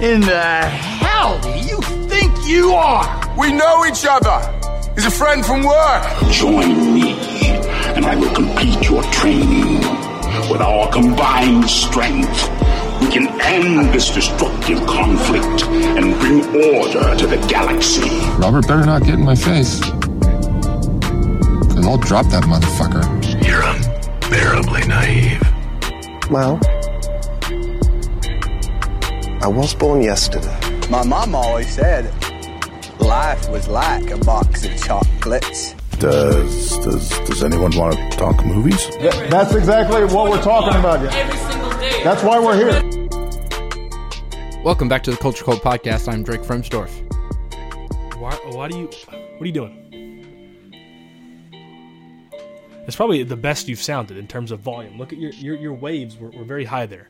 in the hell do you think you are? We know each other. He's a friend from work. Join me, and I will complete your training. With our combined strength, we can end this destructive conflict and bring order to the galaxy. Robert better not get in my face. Because I'll drop that motherfucker. You're unbearably naive. Well, I was born yesterday. My mom always said life was like a box of chocolates. Does does does anyone want to talk movies? Yeah, that's exactly what we're talking about. yeah. Every single day. That's why we're here. Welcome back to the Culture Code Podcast. I'm Drake Fremsdorf. Why, why do you? What are you doing? It's probably the best you've sounded in terms of volume. Look at your your, your waves were, were very high there.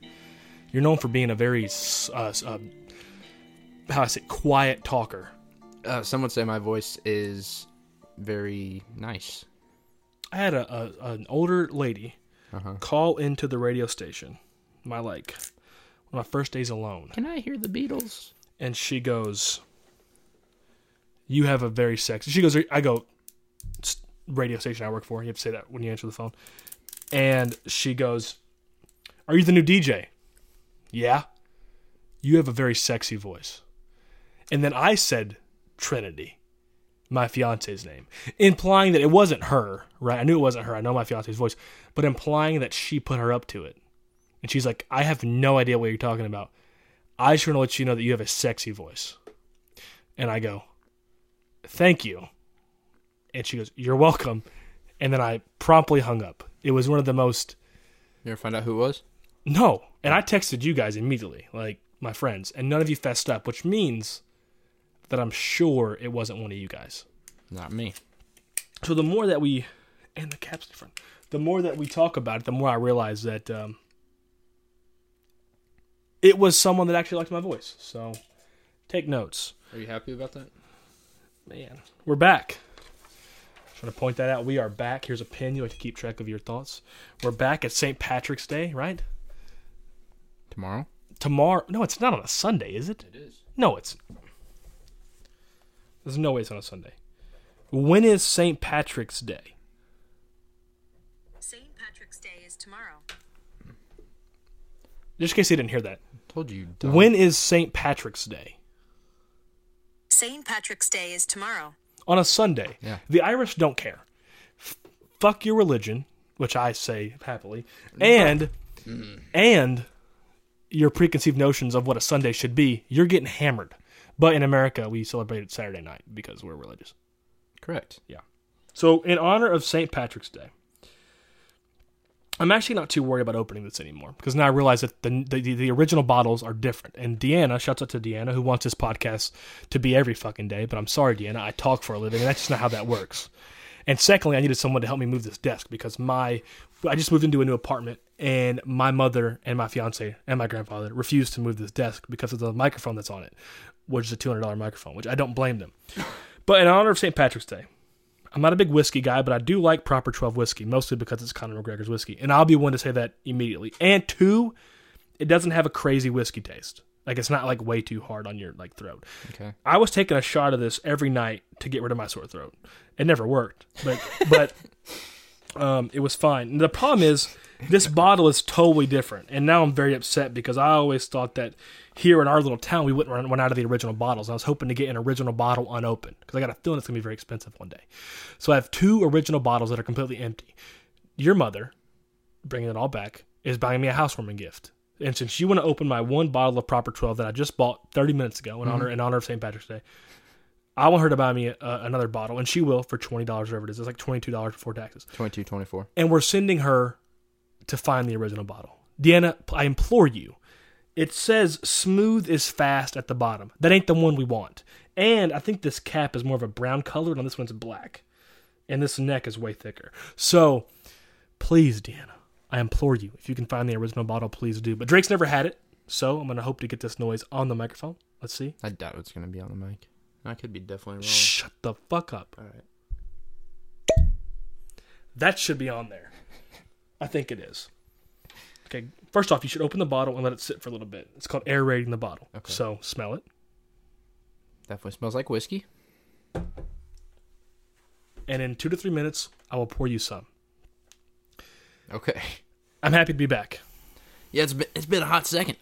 You're known for being a very s- uh, s- uh, how I say quiet talker. Uh, some would say my voice is very nice. I had a, a an older lady Uh-huh. call into the radio station, my like one of my first days alone, Can I hear the Beatles? and she goes, "You have a very sexy." She goes, "I go, "It's radio station I work for." You have to say that when you answer the phone, and she goes, "Are you the new DJ?" Yeah. You have a very sexy voice. And then I said Trinity, my fiance's name, implying that it wasn't her, right? I knew it wasn't her. I know my fiance's voice, but implying that she put her up to it. And she's like, I have no idea what you're talking about. I just want to let you know that you have a sexy voice. And I go, Thank you. And she goes, You're welcome. And then I promptly hung up. It was one of the most You ever find out who it was? no. And I texted you guys immediately, like my friends, and none of you fessed up, which means that I'm sure it wasn't one of you guys. Not me. So the more that we, and the cap's different, the more that we talk about it, the more I realize that um, it was someone that actually liked my voice. So take notes. Are you happy about that? Man, we're back. Trying to point that out. We are back. Here's a pin. You like to keep track of your thoughts. We're back at St. Patrick's Day, right? Tomorrow? tomorrow. No, it's not on a Sunday, is it? It is. No, it's. There's no way it's on a Sunday. When is St. Patrick's Day? St. Patrick's Day is tomorrow. Just in case you didn't hear that. Told you. When is St. Patrick's Day? St. Patrick's Day is tomorrow. On a Sunday. Yeah. The Irish don't care. F- fuck your religion, which I say happily, and and your preconceived notions of what a Sunday should be. You're getting hammered. But in America, we celebrate it Saturday night because we're religious. Correct. Yeah. So, in honor of St. Patrick's Day, I'm actually not too worried about opening this anymore because now I realize that the, the the original bottles are different. And Deanna, shouts out to Deanna, who wants this podcast to be every fucking day. But I'm sorry, Deanna, I talk for a living, and that's just not how that works. And secondly, I needed someone to help me move this desk because my I just moved into a new apartment, and my mother and my fiance and my grandfather refused to move this desk because of the microphone that's on it, which is a $200 microphone, which I don't blame them. But in honor of St. Patrick's Day, I'm not a big whiskey guy, but I do like proper 12 whiskey, mostly because it's Conor McGregor's whiskey. And I'll be one to say that immediately. And two, it doesn't have a crazy whiskey taste. Like it's not like way too hard on your like throat. Okay. I was taking a shot of this every night to get rid of my sore throat. It never worked, but but um, it was fine. And the problem is this bottle is totally different, and now I'm very upset because I always thought that here in our little town we wouldn't run, run out of the original bottles. I was hoping to get an original bottle unopened because I got a feeling it's gonna be very expensive one day. So I have two original bottles that are completely empty. Your mother, bringing it all back, is buying me a housewarming gift. And since you want to open my one bottle of Proper 12 that I just bought 30 minutes ago in honor in honor of St. Patrick's Day, I want her to buy me a, another bottle, and she will for $20, whatever it is. It's like $22 before taxes. 22, 24. And we're sending her to find the original bottle. Deanna, I implore you. It says smooth is fast at the bottom. That ain't the one we want. And I think this cap is more of a brown color, and on this one's black. And this neck is way thicker. So please, Deanna, I implore you, if you can find the original bottle, please do. But Drake's never had it, so I'm gonna hope to get this noise on the microphone. Let's see. I doubt it's going to be on the mic. I could be definitely wrong. Shut the fuck up. All right. That should be on there. I think it is. Okay, first off, you should open the bottle and let it sit for a little bit. It's called aerating the bottle. Okay. So smell it. Definitely smells like whiskey. And in two to three minutes, I will pour you some. Okay. I'm happy to be back. Yeah, it's been, it's been a hot second.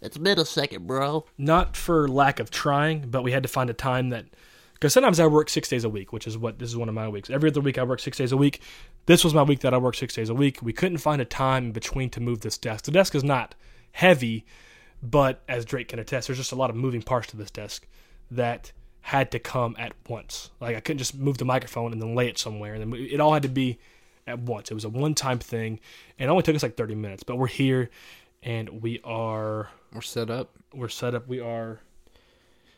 It's been a second, bro. Not for lack of trying, but we had to find a time that because sometimes I work six days a week, which is what this is one of my weeks. Every other week I work six days a week. This was my week that I worked six days a week. We couldn't find a time in between to move this desk. The desk is not heavy, but as Drake can attest, there's just a lot of moving parts to this desk that had to come at once. Like I couldn't just move the microphone and then lay it somewhere, and then it all had to be at once. It was a one-time thing, and it only took us like 30 minutes. But we're here, and we are we're set up. We're set up. We are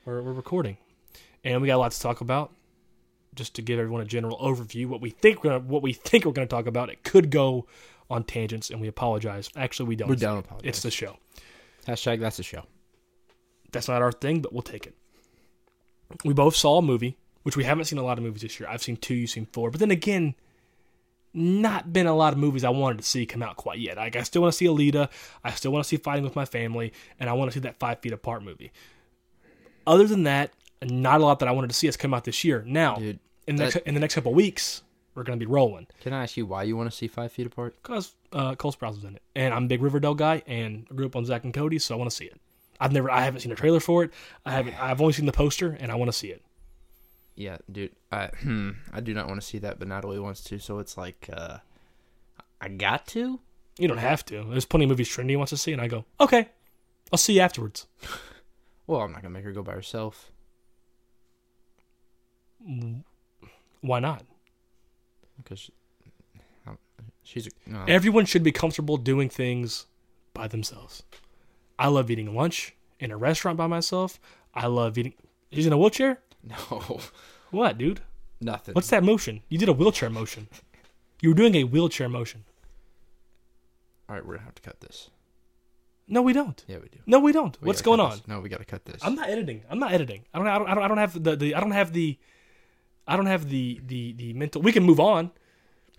we're, we're recording and we got a lot to talk about. Just to give everyone a general overview, what we think we're gonna, what we think we're going to talk about, it could go on tangents, and we apologize. Actually, we don't. We don't apologize. It's the show. Hashtag that's the show. That's not our thing, but we'll take it. We both saw a movie, which we haven't seen a lot of movies this year. I've seen two, you've seen four, but then again, not been a lot of movies I wanted to see come out quite yet. Like I still want to see Alita, I still want to see Fighting with My Family, and I want to see that Five Feet Apart movie. Other than that, not a lot that I wanted to see has come out this year. Now, Dude, in the that- next, in the next couple weeks, we're gonna be rolling Can I ask you why you want to see Five Feet Apart? because uh, Cole Sprouse was in it, and I'm a big Riverdale guy, and I grew up on Zach and Cody, so I want to see it. I've never, I haven't seen a trailer for it. I haven't, I've only seen the poster, and I want to see it. Yeah, dude, I I do not want to see that, but Natalie wants to, so it's like uh, I got to. You don't have to. There's plenty of movies Trinity wants to see, and I go, okay, I'll see you afterwards. Well, I'm not gonna make her go by herself. Why not? because she, I don't- she's a- no, Everyone should be comfortable doing things by themselves. I love eating lunch in a restaurant by myself. I love eating. He's in a wheelchair. no What, dude? nothing. What's that motion? You did a wheelchair motion. You were doing a wheelchair motion. All right, we're gonna have to cut this. No, we don't. Yeah, we do. No, we don't. We What's gotta going cut on? this. No, we gotta cut this. I'm not editing. I'm not editing. I don't. I don't. I don't, I don't have the, the. I don't have the. I don't have the the the mental. We can move on,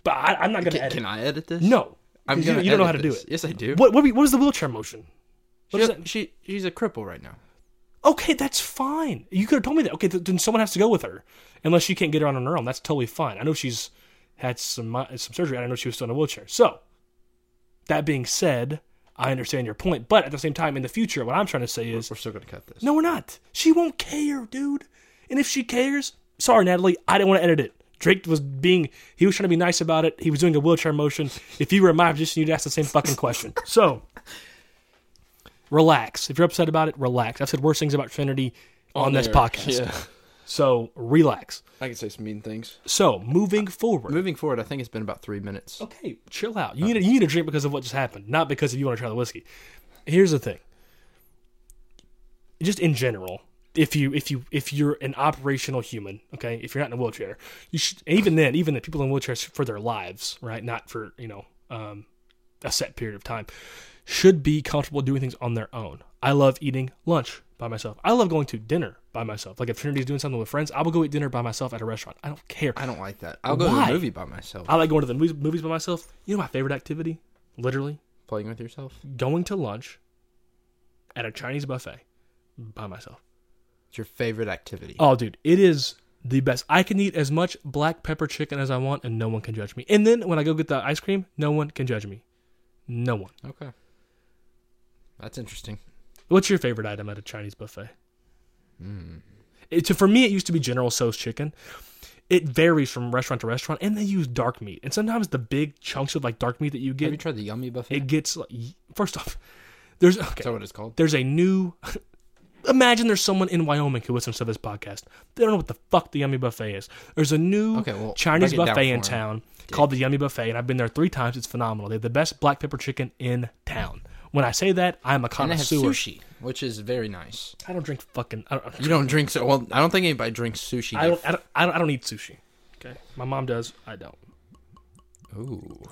but I, I'm not gonna can, edit. can I edit this? No, I'm you, gonna you don't know how edit to do this. it. Yes, I do. What what, we- what was the wheelchair motion? What she, is that? she she's a cripple right now. Okay, that's fine. You could have told me that. Okay, th- then someone has to go with her, unless she can't get her on her own. That's totally fine. I know she's had some mi- some surgery. and I know she was still in a wheelchair. So, that being said, I understand your point, but at the same time, in the future, what I'm trying to say is We're still gonna cut this. no, we're not. She won't care, dude. And if she cares, sorry, Natalie, I didn't want to edit it. Drake was being, he was trying to be nice about it. He was doing a wheelchair motion. If you were in my position, you'd ask the same fucking question. So, relax. If you're upset about it, relax. I've said worse things about Trinity on, this there. podcast. Yeah. So, relax. I can say some mean things. So, moving forward. Moving forward, I think it's been about three minutes. Okay, chill out. You need a, you need a drink because of what just happened, not because if you want to try the whiskey. Here's the thing. Just in general, if you if you if you're an operational human, okay, if you're not in a wheelchair, you should even then, even the people in wheelchairs for their lives, right, not for you know um, a set period of time, should be comfortable doing things on their own. I love eating lunch by myself. I love going to dinner by myself. Like if Trinity's doing something with friends, I will go eat dinner by myself at a restaurant. I don't care. I don't like that. I'll go Why? to the movie by myself. I like going to the movies, movies by myself. You know my favorite activity? Literally, Playing with yourself. going to lunch at a Chinese buffet by myself. It's your favorite activity. Oh, dude, it is the best. I can eat as much black pepper chicken as I want, and no one can judge me. And then when I go get the ice cream, no one can judge me. No one. Okay. That's interesting. What's your favorite item at a Chinese buffet? Hmm. It, so for me, it used to be General So's chicken. It varies from restaurant to restaurant, and they use dark meat. And sometimes the big chunks of like dark meat that you get, Have you tried the yummy buffet? it gets like first off there's okay Is that what it's called? there's a new imagine there's someone in wyoming who listens to this podcast they don't know what the fuck the yummy buffet is there's a new Okay, well, chinese break it down buffet for in him. town called the yummy buffet and i've been there three times it's phenomenal they have the best black pepper chicken in town when i say that and i'm a they have connoisseur sushi, which is very nice. i don't drink fucking i don't You don't drink so well. I don't think anybody drinks sushi. I don't, I don't i don't i don't eat sushi okay my mom does i don't Ooh,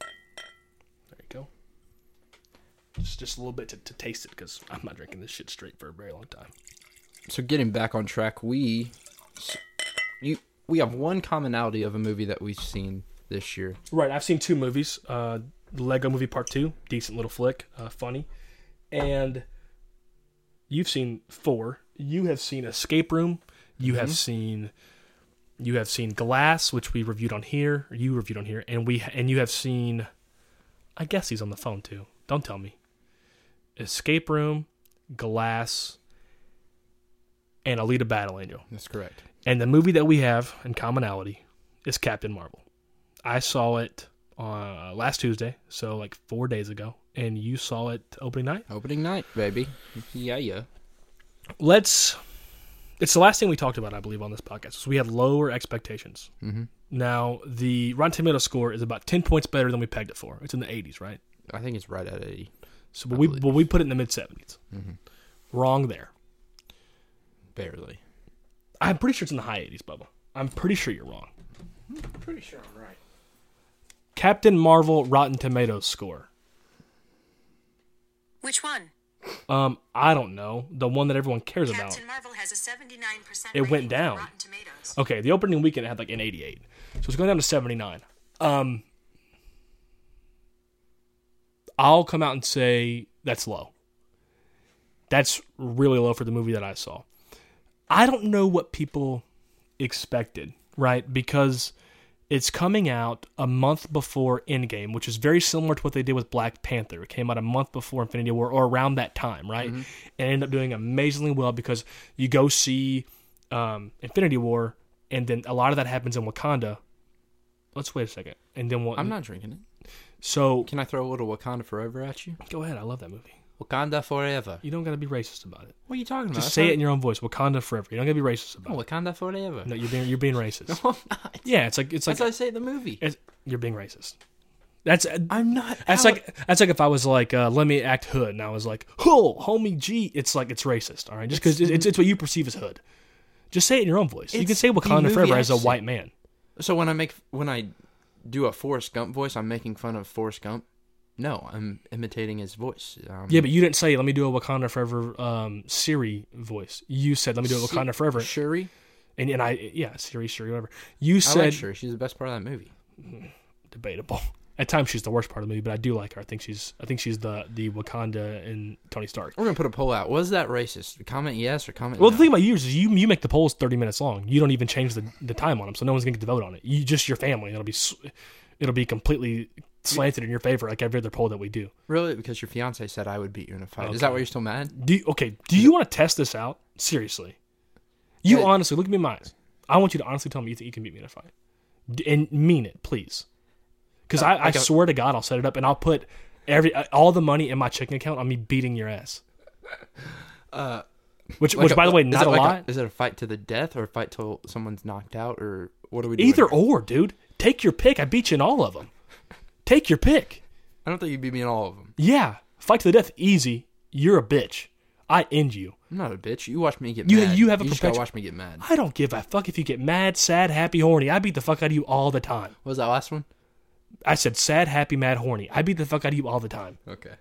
there you go just, just a little bit to, to taste it because i'm not drinking this shit straight for a very long time so getting back on track, we s- you we have one commonality of a movie that we've seen this year. Right, I've seen two movies. Uh, Lego Movie Part Two, decent little flick, uh, funny, and you've seen four. You have seen Escape Room. You have Mhm. seen you have seen Glass, which we reviewed on here. Or you reviewed on here, and we and you have seen. I guess he's on the phone too. Don't tell me. Escape Room, Glass, and Alita Battle Angel. That's correct. And the movie that we have in commonality is Captain Marvel. I saw it uh, last Tuesday, so like four days ago, and you saw it opening night. Opening night, baby. Yeah, yeah. Let's. It's the last thing we talked about, I believe, on this podcast. So we had lower expectations. Mm-hmm. Now the Rotten Tomato score is about ten points better than we pegged it for. It's in the eighties, right? I think it's right at eighty. So but we but we put it in the mid 70s Mhm. Wrong there. Barely. I'm pretty sure it's in the high eighties, Bubba. I'm pretty sure you're wrong. Pretty sure I'm right. Captain Marvel Rotten Tomatoes score. Which one? Um, I don't know. The one that everyone cares about. Captain Marvel has a 79% It went rating from down. Rotten Tomatoes. Okay, the opening weekend it had like an 88. So it's going down to 79. Um I'll come out and say that's low. That's really low for the movie that I saw. I don't know what people expected, right? Because it's coming out a month before Endgame, which is very similar to what they did with Black Panther. It came out a month before Infinity War or around that time, right? Mm-hmm. And it ended up doing amazingly well because you go see um, Infinity War, and then a lot of that happens in Wakanda. Let's wait a second, and then we'll. I'm not drinking it. So Can I throw a little Wakanda Forever at you? go ahead. I love that movie. Wakanda Forever. You don't got to be racist about it. What are you talking about? Just That's say not- it in your own voice. Wakanda forever. You don't got to be racist about Oh, Wakanda Forever. it. No, you're being you're being racist. I'm not. Yeah, it's like it's like That's what I say in the movie. it's, you're being racist. That's uh, I'm not. That's how- like that's like if I was like, uh, let me act hood, and I was like, "Ho, homie G." It's like it's racist, all right? Just because it's, it's what you perceive as hood. Just say it in your own voice. You It's can say the Wakanda movie forever as a accent. white man. So when I make when I do a Forrest Gump voice, I'm making fun of Forrest Gump. No, I'm imitating his voice. Um, Yeah, but you didn't say, "Let me do a Wakanda forever um, Siri voice." You said, "Let me do a Si- Wakanda forever," Shuri. and and I yeah, Siri, Siri, whatever. You I said like Shuri. She's the best part of that movie. debatable. At times, she's the worst part of the movie, but I do like her. I think she's I think she's the the Wakanda and Tony Stark. We're gonna put a poll out. Was that racist? Comment yes or comment. Well, no. the thing about you is you you make the polls thirty minutes long. You don't even change the, the time on them, so no one's gonna get to vote on it. You just your family. It'll be s- it'll be completely slanted in your favor, like every other poll that we do. really because your fiance said I would beat you in a fight. Okay. Is that why you're still mad? Do you, okay? Do you want to test this out seriously? You Yeah. honestly look at me in my eyes. I want you to honestly tell me you think you can beat me in a fight, D- and mean it, please. Because I, I, like a- swear to God, I'll set it up and I'll put every uh, all the money in my checking account on me beating your ass. Uh, which, Like which a- by the way, is not it a like lot. is it a fight to the death or a fight till someone's knocked out or what are we? Doing Either here? or, dude. Take your pick. I beat you in all of them. Take your pick. I don't think you beat me in all of them. Yeah, fight to the death, easy. You're a bitch. I end you. I'm not a bitch. You watch me get You- mad. you have a just gotta perpetual- watch me get mad. I don't give a fuck if you get mad, sad, happy, horny. I beat the fuck out of you all the time. What was that last one? I said sad, happy, mad, horny. I beat the fuck out of you all the time. Okay.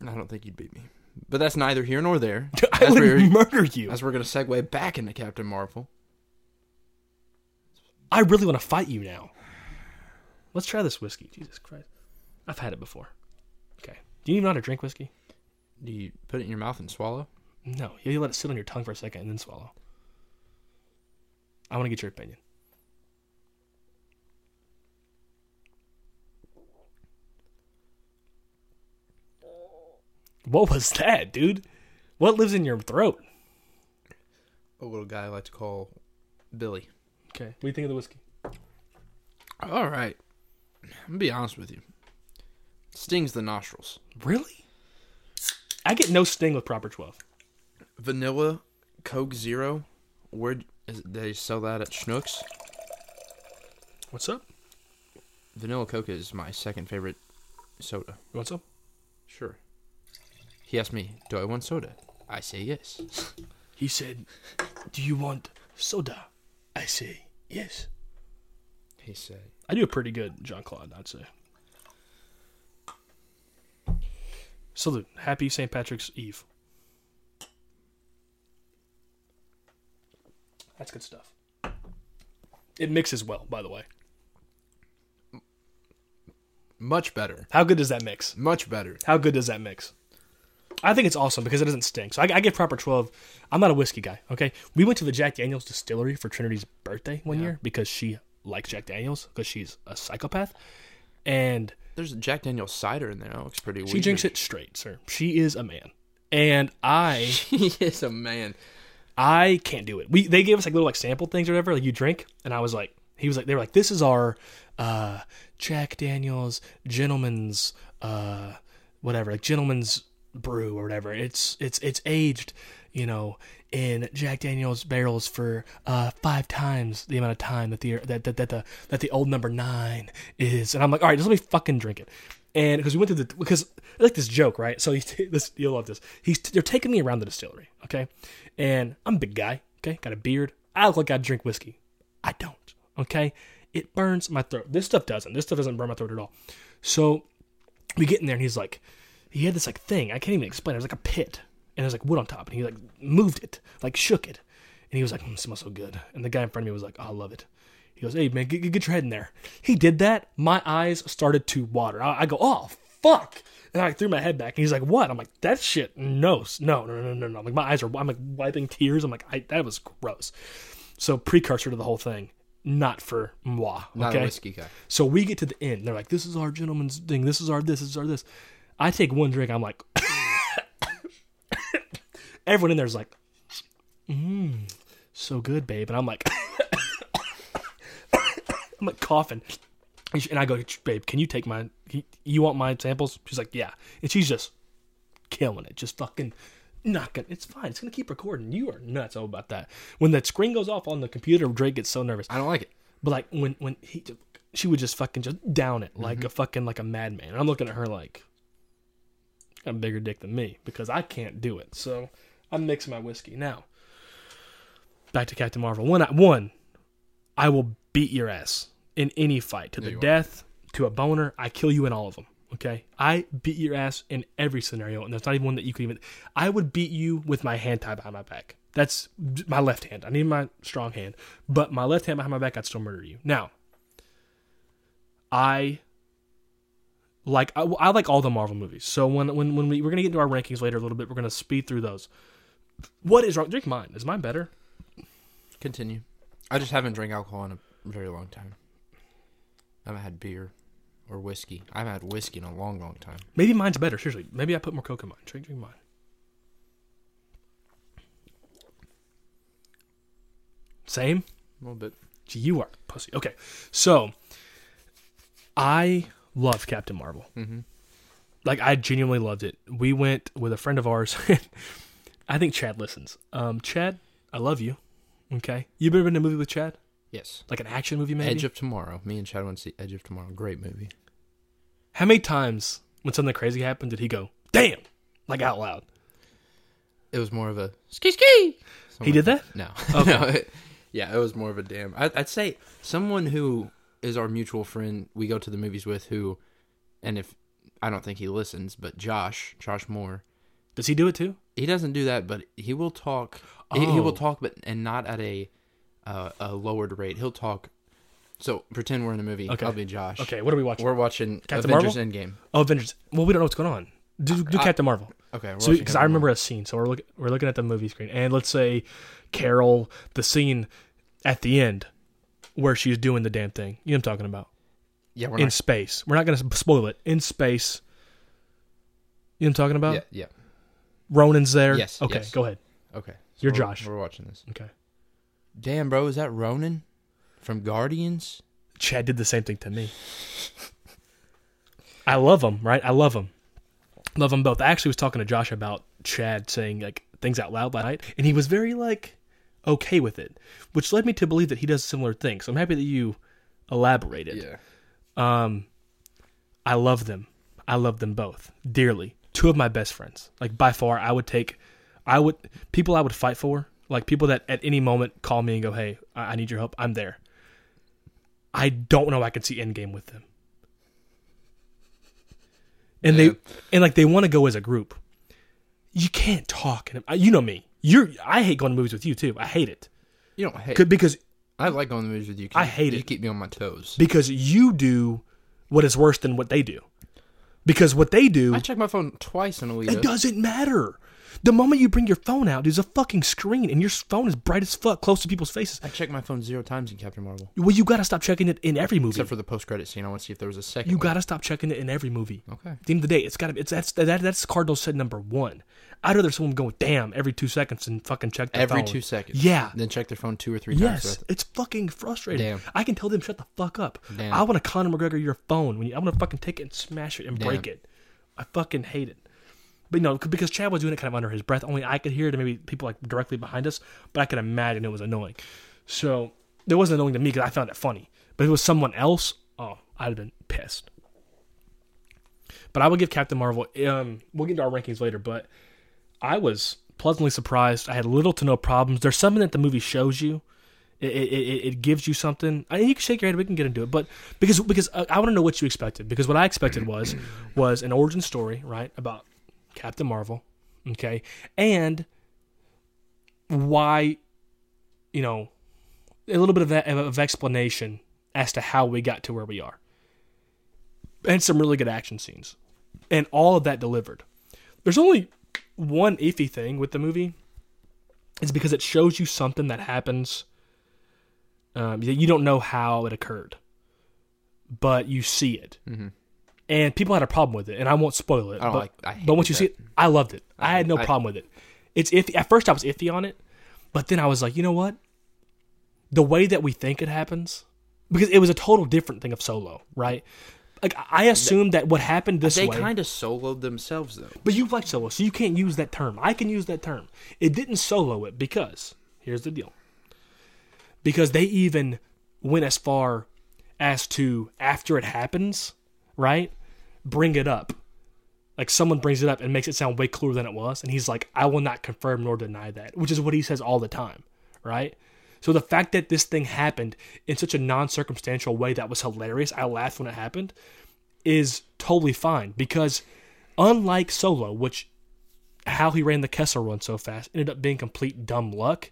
I don't think you'd beat me, but that's neither here nor there. I As would we're- murder you. as we're gonna segue back into Captain Marvel. I really want to fight you now. Let's try this whiskey. Jesus Christ. I've had it before. Okay. Do you even know how to drink whiskey? Do you put it in your mouth and swallow? No. You let it sit on your tongue for a second and then swallow. I want to get your opinion. What was that, dude? What lives in your throat? A little guy I like to call Billy. Okay. What do you think of the whiskey? All right, I'm gonna be honest with you. Stings the nostrils. Really? I get no sting with proper 12. Vanilla Coke Zero. Where is it, they sell that at Schnucks? What's up? Vanilla Coke is my second favorite soda. What's up? Sure. He asked me, "Do I want soda?" I say yes. He said, Do you want soda? I say, Yes. He said, I do a pretty good Jean Claude, I'd say. Salute. Happy St. Patrick's Eve. That's good stuff. It mixes well, by the way. Much better. How good does that mix? Much better. How good does that mix? I think it's awesome because it doesn't stink. So I, I get proper 12. I'm not a whiskey guy, okay? We went to the Jack Daniels distillery for Trinity's birthday one yeah. year because she likes Jack Daniels because she's a psychopath. And there's a Jack Daniels cider in there. That looks pretty she weird. She drinks it straight, sir. She is a man. And I. She is a man. I can't do it. We They gave us like little like sample things or whatever, like you drink. And I was like, he was like, they were like, this is our uh, Jack Daniels gentleman's, uh, whatever, like gentleman's brew or whatever. It's it's it's aged, you know, in Jack Daniel's barrels for uh, five times the amount of time that the that, that that the that the old number nine is. And I'm like, all right, just let me fucking drink it. And because we went to the because I like this joke, right? So he, this, you'll love this. He's they're taking me around the distillery, okay? And I'm a big guy, okay? Got a beard. I look like I drink whiskey. I don't, okay? It burns my throat. This stuff doesn't. This stuff doesn't burn my throat at all. So we get in there, and he's like, he had this like thing I can't even explain. It was like a pit, and there's like wood on top, and he like moved it, like shook it, and he was like, mm, "Smells so good." And the guy in front of me was like, oh, "I love it." He goes, "Hey man, get, get, your head in there." He did that. My eyes started to water. I, I go, "Oh fuck!" And I like, threw my head back, and he's like, "What?" I'm like, "That shit, no, no, no, no, no, no." Like my eyes are, I'm like wiping tears. I'm like, I, "That was gross." So precursor to the whole thing not for moi. Okay? Not a whiskey guy. So we get to the end. They're like, this is our gentleman's thing. This is our this. This is our this. I take one drink. I'm like, everyone in there's like, mmm, so good, babe. And I'm like, I'm like coughing. And I go, babe, can you take my, you want my samples? She's like, yeah. And she's just killing it. Just fucking not gonna it's fine it's gonna keep recording you are nuts all about that when that screen goes off on the computer drake gets so nervous i don't like it but like when when he she would just fucking just down it like mm-hmm. a fucking like a madman and i'm looking at her like got a bigger dick than me because i can't do it so i'm mixing my whiskey now back to captain marvel one I, one i will beat your ass in any fight to no, the death won't. to a boner i kill you in all of them okay? I beat your ass in every scenario, and there's not even one that you could even. I would beat you with my hand tied behind my back. That's my left hand. I need my strong hand, but my left hand behind my back, I'd still murder you. Now, I like I, I like all the Marvel movies. So when when when we, we're gonna get into our rankings later a little bit, we're gonna speed through those. What is wrong? Drink mine. Is mine better? Continue. I just haven't drank alcohol in a very long time. I haven't had beer or whiskey. I've had whiskey in a long, long time. Maybe mine's better. Seriously, maybe I put more coke in mine. Drink, drink mine. Same. A little bit. Gee, you are pussy. Okay, so I love Captain Marvel. Mm-hmm. Like I genuinely loved it. We went with a friend of ours. I think Chad listens. Um, Chad, I love you. Okay, you ever been to a movie with Chad? Yes. Like an action movie, maybe? Edge of Tomorrow. Me and Chad went to see Edge of Tomorrow. Great movie. How many times when something crazy happened did he go, damn, like out loud? It was more of a ski ski. He did that? Oh No. Okay. no it, yeah, it was more of a damn. I, would say someone who is our mutual friend we go to the movies with who, and if I don't think he listens, but Josh, Josh Moore. Does he do it too? He doesn't do that, but he will talk. Oh. He, he will talk, but and not at a uh, a lowered rate. He'll talk. So pretend we're in a movie. Okay. I'll be Josh. Okay, what are we watching? We're watching Captain Avengers Marvel? Endgame. Oh, Avengers. Well, we don't know what's going on. Do, do I, Captain Marvel. Okay, because so, I remember Marvel. a scene. So we're looking we're looking at the movie screen, and let's say Carol, the scene at the end where she's doing the damn thing. You know what I'm talking about? Yeah, in not. space. We're not going to spoil it. In space. You know what I'm talking about? Yeah. yeah. Ronan's there. Yes. Okay, yes. go ahead. Okay. So You're Josh. We're watching this. Okay. Damn, bro, is that Ronan from Guardians? Chad did the same thing to me. I love him, right? I love him. Love them both. I actually was talking to Josh about Chad saying like things out loud last night, and he was very like okay with it, which led me to believe that he does similar things. So I'm happy that you elaborated. Yeah. Um, I love them. I love them both dearly. Two of my best friends. Like by far, I would take, I would people I would fight for like people that at any moment call me and go, "Hey, I, need your help. I'm there." I don't know. I can see Endgame with them, and yeah. they and like they want to go as a group. You can't talk, and uh, you know me. You're I hate going to movies with you too. I hate it. You don't hate because I like going to movies with you. I hate you it. keep me on my toes because you do what is worse than what they do. Because what they do. I check my phone twice in a week. It doesn't matter. The moment you bring your phone out, there's a fucking screen, and your phone is bright as fuck, close to people's faces. I checked my phone zero times in Captain Marvel. Well, you gotta stop checking it in every movie. Except for the post-credit scene, I want to see if there was a second. You one. gotta stop checking it in every movie. Okay. At the end of the day, it's gotta. It's that's that, that's Cardinal said number one. I'd rather someone going damn every two seconds and fucking check their every phone. two seconds. Yeah. Then check their phone two or three times. Yes, with- it's fucking frustrating. Damn. I can tell them shut the fuck up. Damn. I want to Conor McGregor your phone. When you, I want to fucking take it and smash it and break Damn. it. I fucking hate it. But no, c- because Chad was doing it kind of under his breath. Only I could hear it, and maybe people like directly behind us. But I could imagine it was annoying. So it wasn't annoying to me because I found it funny. But if it was someone else, oh, I'd have been pissed. But I would give Captain Marvel. Um, we'll get into our rankings later, but I was pleasantly surprised. I had little to no problems. There's something that the movie shows you. It it, it, it gives you something. I mean, you can shake your head. We can get into it, but because because uh, I want to know what you expected. Because what I expected was was an origin story, right, about Captain Marvel, okay, and why, you know, a little bit of, of, of explanation as to how we got to where we are, and some really good action scenes, and all of that delivered. There's only one iffy thing with the movie is because it shows you something that happens um, that you don't know how it occurred, but you see it. And people had a problem with it, and I won't spoil it. Mm-hmm. I don't but, like- I but hated once you see that. it, I loved it. I, had no I- problem with it. It's iffy. At first, I was iffy on it, but then I was like, you know what? The way that we think it happens, because it was a total different thing of Solo, right? Like I assumed that what happened this They way. kind of soloed themselves though. But you like solo, so you can't use that term. I can use that term. It didn't solo it because here's the deal. Because they even went as far as to after it happens, right? Bring it up. Like someone brings it up and makes it sound way cooler than it was, and he's like, "I will not confirm nor deny that," which is what he says all the time, right? So the fact that this thing happened in such a non-circumstantial way that was hilarious, I laughed when it happened, is totally fine because unlike Solo, which how he ran the Kessel run so fast ended up being complete dumb luck,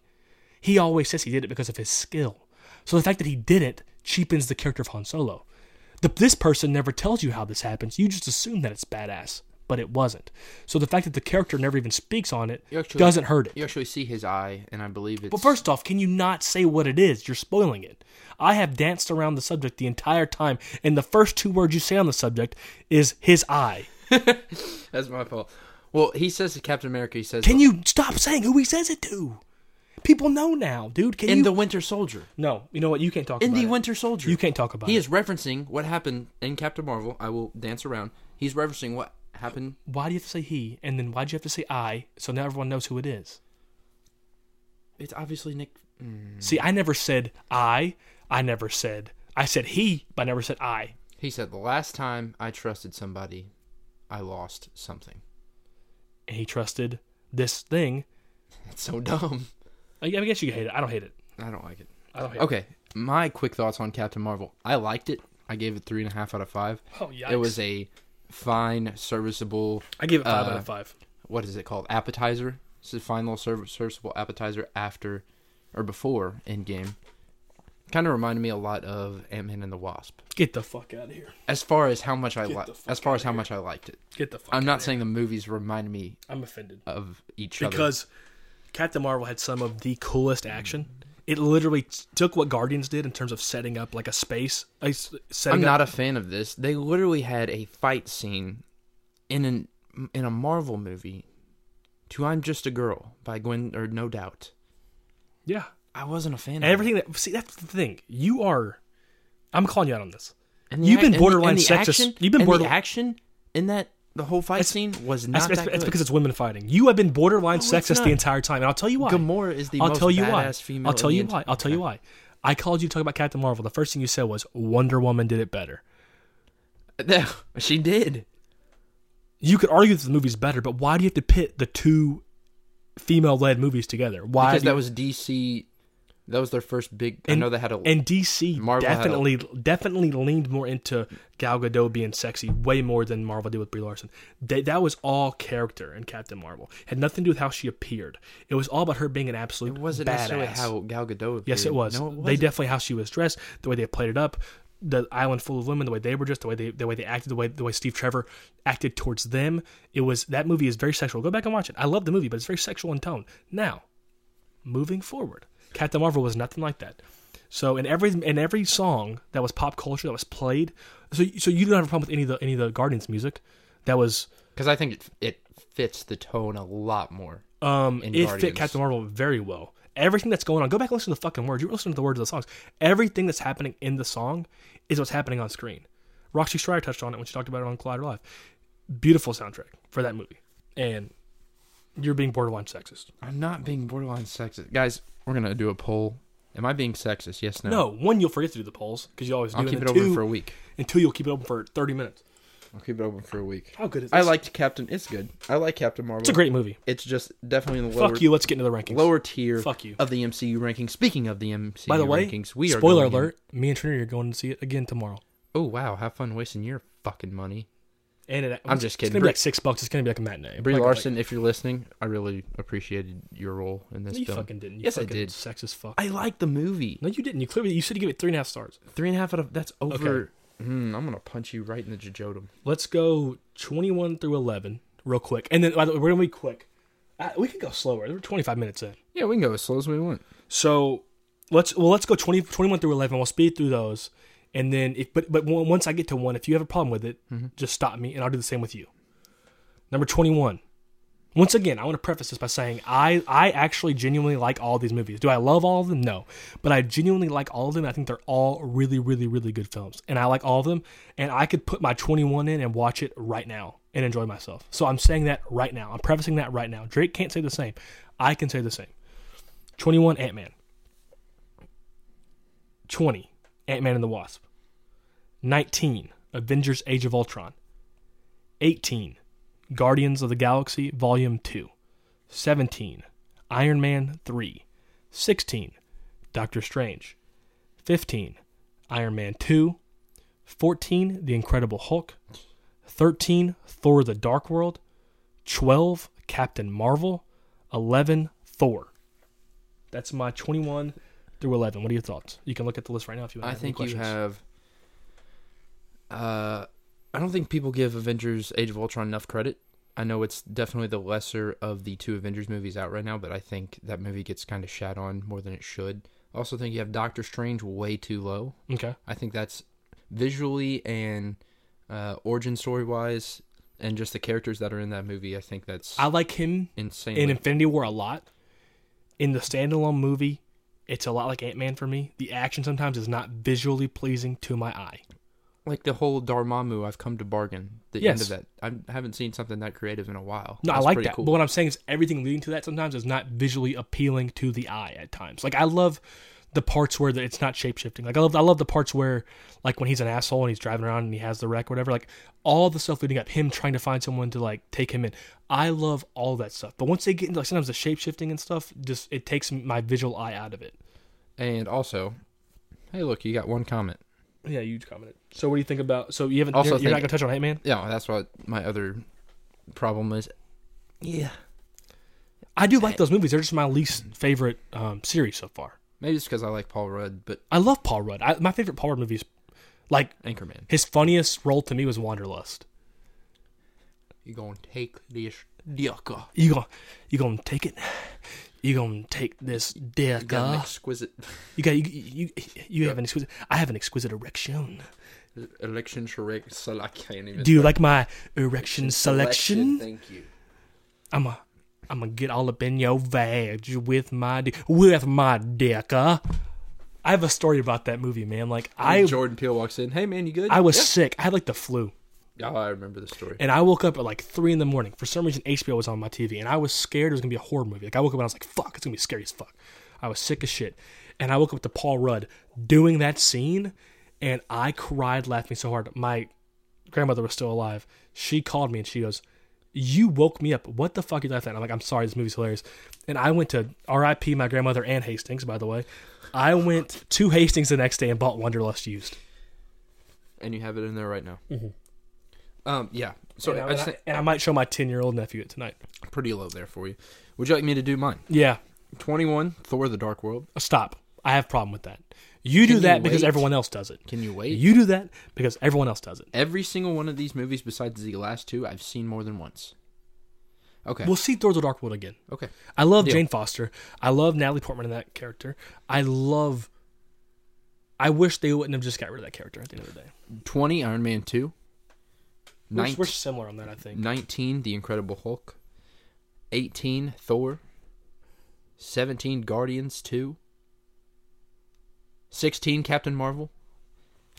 he always says he did it because of his skill. So the fact that he did it cheapens the character of Han Solo. The, this person never tells you how this happens. You just assume that it's badass, but it wasn't. So the fact that the character never even speaks on it You actually- doesn't hurt it. You actually see his eye, and I believe it's. But first off, can you not say what it is? You're spoiling it. I have danced around the subject the entire time, and the first two words you say on the subject is his eye. that's my fault. Well, he says to Captain America, he says, Can you stop saying who he says it to? People know now, dude. Can in you? the Winter Soldier." no, you know what? You can't talk In about the it. Winter Soldier, You can't talk about He it. is referencing what happened in Captain Marvel. I will dance around. He's referencing what happened. Why do you have to say he? And then why do you have to say I? So now everyone knows who it is. It's obviously Nick. mm, See, I never said I. I never said. I said he, but I never said I. He said, "The last time I trusted somebody, I lost something." And he trusted this thing. It's so dumb. I I guess you hate it. I don't hate it. I don't like it. I don't hate it. Okay, my quick thoughts on Captain Marvel. I liked it. I gave it three and a half out of five. Oh, yikes. It was a fine, serviceable. I give it five uh, out of five. What is it called? Appetizer. It's a fine little serv- serviceable appetizer after or before Endgame. Kind of reminded me a lot of Ant Man and the Wasp. Get the fuck out of here. As far as how much I Get like, the fuck as far outta as how here. much I liked it. Get the fuck. I'm outta not here. saying the movies remind me I'm offended of each other. because Captain Marvel had some of the coolest action. It literally t- took what Guardians did in terms of setting up like a space. I s- setting I'm up- not a fan of this. They literally had a fight scene in an in a Marvel movie to "I'm Just a Girl" by Gwen or No Doubt. yeah. I wasn't a fan. Everything that see that's the thing. You are. I'm calling you out on this. of it. you've been borderline and the sexist. Action, You've been and border- the action in that the whole fight scene was not That's, that's- that good. that's because it's women fighting. You have been borderline it's sexist not. the entire time, and I'll tell you why. Gamora is the I'll most tell you why. badass female I'll tell in you the why. entire- I'll tell you why. I called you to talk about Captain Marvel. The first thing you said was Wonder Woman did it better. No, she did. you could argue that the movie's better, but why do you have to pit the two female-led movies together? Why? Because do that you- was DC. That was their first big. I and, know they had a. and DC Marvel had a- definitely definitely leaned more into Gal Gadot being sexy way more than Marvel did with Brie Larson. That that was all character in Captain Marvel. Had nothing to do with how she appeared. It was all about her being an absolute it wasn't badass. necessarily how Gal Gadot. Yes, appeared. it was. No, it they wasn't. definitely how she was dressed, the way they played it up, the island full of women, the way they were dressed, the way they the way they acted, the way the way Steve Trevor acted towards them. It was that movie is very sexual. Go back and watch it. I love the movie, but it's very sexual in tone. Now, moving forward, Captain Marvel was nothing like that. So in every in every song that was pop culture that was played, so so you don't have a problem with any of the any of the Guardians music that was because I think it it fits the tone a lot more. Um, it Guardians. fit Captain Marvel very well everything that's going on. Go back and listen to the fucking words. You listen to the words of the songs. Everything that's happening in the song is what's happening on screen. Roxy Stryer touched on it when she talked about it on Collider Live. Beautiful soundtrack for that movie. And you're being borderline sexist. I'm not being borderline sexist. Guys, we're gonna do a poll. Am I being sexist? Yes, no. No. One, you'll forget to do the polls because you always do. I'll keep and it then open two- for a week. And two, you'll keep it open for 30 minutes. I'll keep it open for a week. How good is I this? liked Captain. It's good. I like Captain Marvel. It's a great movie. It's just definitely in the lower Fuck you. Let's get into the rankings. lower tier Fuck you. of the MCU ranking. Speaking of the MCU By the way, rankings, we are spoiler going in- alert. Me and Trinity are going to see it again tomorrow. Oh wow, have fun wasting your fucking money. And it, I'm just kidding. It's gonna be Brie- like six bucks. It's gonna be like a matinee. Brie Like- like- Larson, if you're listening, I really appreciated your role in this No, you film. fucking didn't. You yes, fucking I did. Sexist fuck. I like the movie. no, you didn't. You clearly you said you give it three and a half stars. Three and a half out of that's over. Okay. Mm, I'm gonna punch you right in the jejodum. Let's go 21 through 11 real quick. And then by the way, we're going to be quick. Uh, we could go slower. We're 25 minutes in. Yeah, we can go as slow as we want. So let's well let's go 20, 21 through 11. We'll speed through those. And then if but but on- once I get to one, if you have a problem with it, just stop me and I'll do the same with you. Number 21. Once again, I want to preface this by saying I I actually genuinely like all these movies. Do I love all of them? No, but I genuinely like all of them. I think they're all really, really, really good films, and I like all of them. And I could put my 21 in and watch it right now and enjoy myself. So I'm saying that right now. I'm prefacing that right now. Drake can't say the same. I can say the same. 21 Ant Man. 20 Ant Man and the Wasp. 19 Avengers: Age of Ultron. 18 Guardians of the Galaxy Volume 2, 17, Iron Man 3, 16, Doctor Strange, 15, Iron Man 2, 14, The Incredible Hulk, 13, Thor the Dark World, 12, Captain Marvel, 11, Thor. That's my 21 through 11. What are your thoughts? You can look at the list right now if you I have any think you questions. have. Uh, I don't think people give Avengers: Age of Ultron enough credit. I know it's definitely the lesser of the two Avengers movies out right now, but I think that movie gets kind of shat on more than it should. I also think you have Doctor Strange way too low. Okay. I think that's visually and uh, origin story wise, and just the characters that are in that movie. I think that's I like him insane. in Infinity War a lot. In the standalone movie, it's a lot like Ant Man for me. The action sometimes is not visually pleasing to my eye. like the whole Dormammu, I've come to bargain. The Yes. end of that, I haven't seen something that creative in a while. No, That's I like pretty that. cool. But what I'm saying is everything leading to that sometimes is not visually appealing to the eye at times. Like I love the parts where the, it's not shape shifting. Like I love I love the parts where like when he's an asshole and he's driving around and he has the wreck or whatever, like all the stuff leading up, him trying to find someone to like take him in. I love all that stuff. But once they get into like sometimes the shape shifting and stuff, just it takes my visual eye out of it. And also, hey, look, you got one comment. Yeah, you commented. So what do you think about? So you haven't. Also you're, you're not think- gonna touch on Ant Man. Yeah, that's what my other problem is. Yeah, I do like those movies. They're just my least favorite um, series so far. maybe it's because I like Paul Rudd, but I love Paul Rudd. I, my favorite Paul Rudd movies, like Anchorman, his funniest role to me was Wanderlust. you gonna take this dicker? You gonna you gonna take it? You gonna take this dick? Got an uh? exquisite You got you you, you, you have an exquisite. I have an exquisite erection. election charade. So I can't even. Do you like my erection selection? Thank you. I'm a I'm gonna get all up in your vag with my di- with my dick. Uh? I have a story about that movie, man. Like I Jordan Peele walks in. Hey man, you good? I was sick. I had like the flu, Yeah. Oh, I remember the story. and I woke up at like three in the morning. For some reason, HBO was on my TV, and I was scared it was gonna be a horror movie. Like I woke up and I was like, "Fuck, it's gonna be scary as fuck." I was sick as shit, and I woke up to Paul Rudd doing that scene, and I cried laughing so hard. My grandmother was still alive. She called me and she goes, "You woke me up. What the fuck you laughing at?" I'm like, "I'm sorry. This movie's hilarious." And I went to R.I.P. my grandmother and Hastings. By the way, I went to Hastings the next day and bought Wonderlust used. and you have it in there right now. Mm-hmm. Um, yeah. So and, I, I just and I- and I might show my 10 year old nephew it tonight. think pretty low there for you. Would you like me to do mine? Yeah. Twenty-one. Thor: The Dark World. Stop. I have a problem with that. You do Can that you because wait? everyone else does it. Can you wait? You do that because everyone else does it. Every single one of these movies, besides the last two, I've seen more than once. Okay. We'll see Thor: The Dark World again. Okay. I love Deal. Jane Foster. I love Natalie Portman in that character. I love. I wish they wouldn't have just got rid of that character at the end of the day. 20, Iron Man 2. We're, Nine- we're similar on that, I think. 19, The Incredible Hulk. 18, Thor. 17, Guardians 2. 16, Captain Marvel.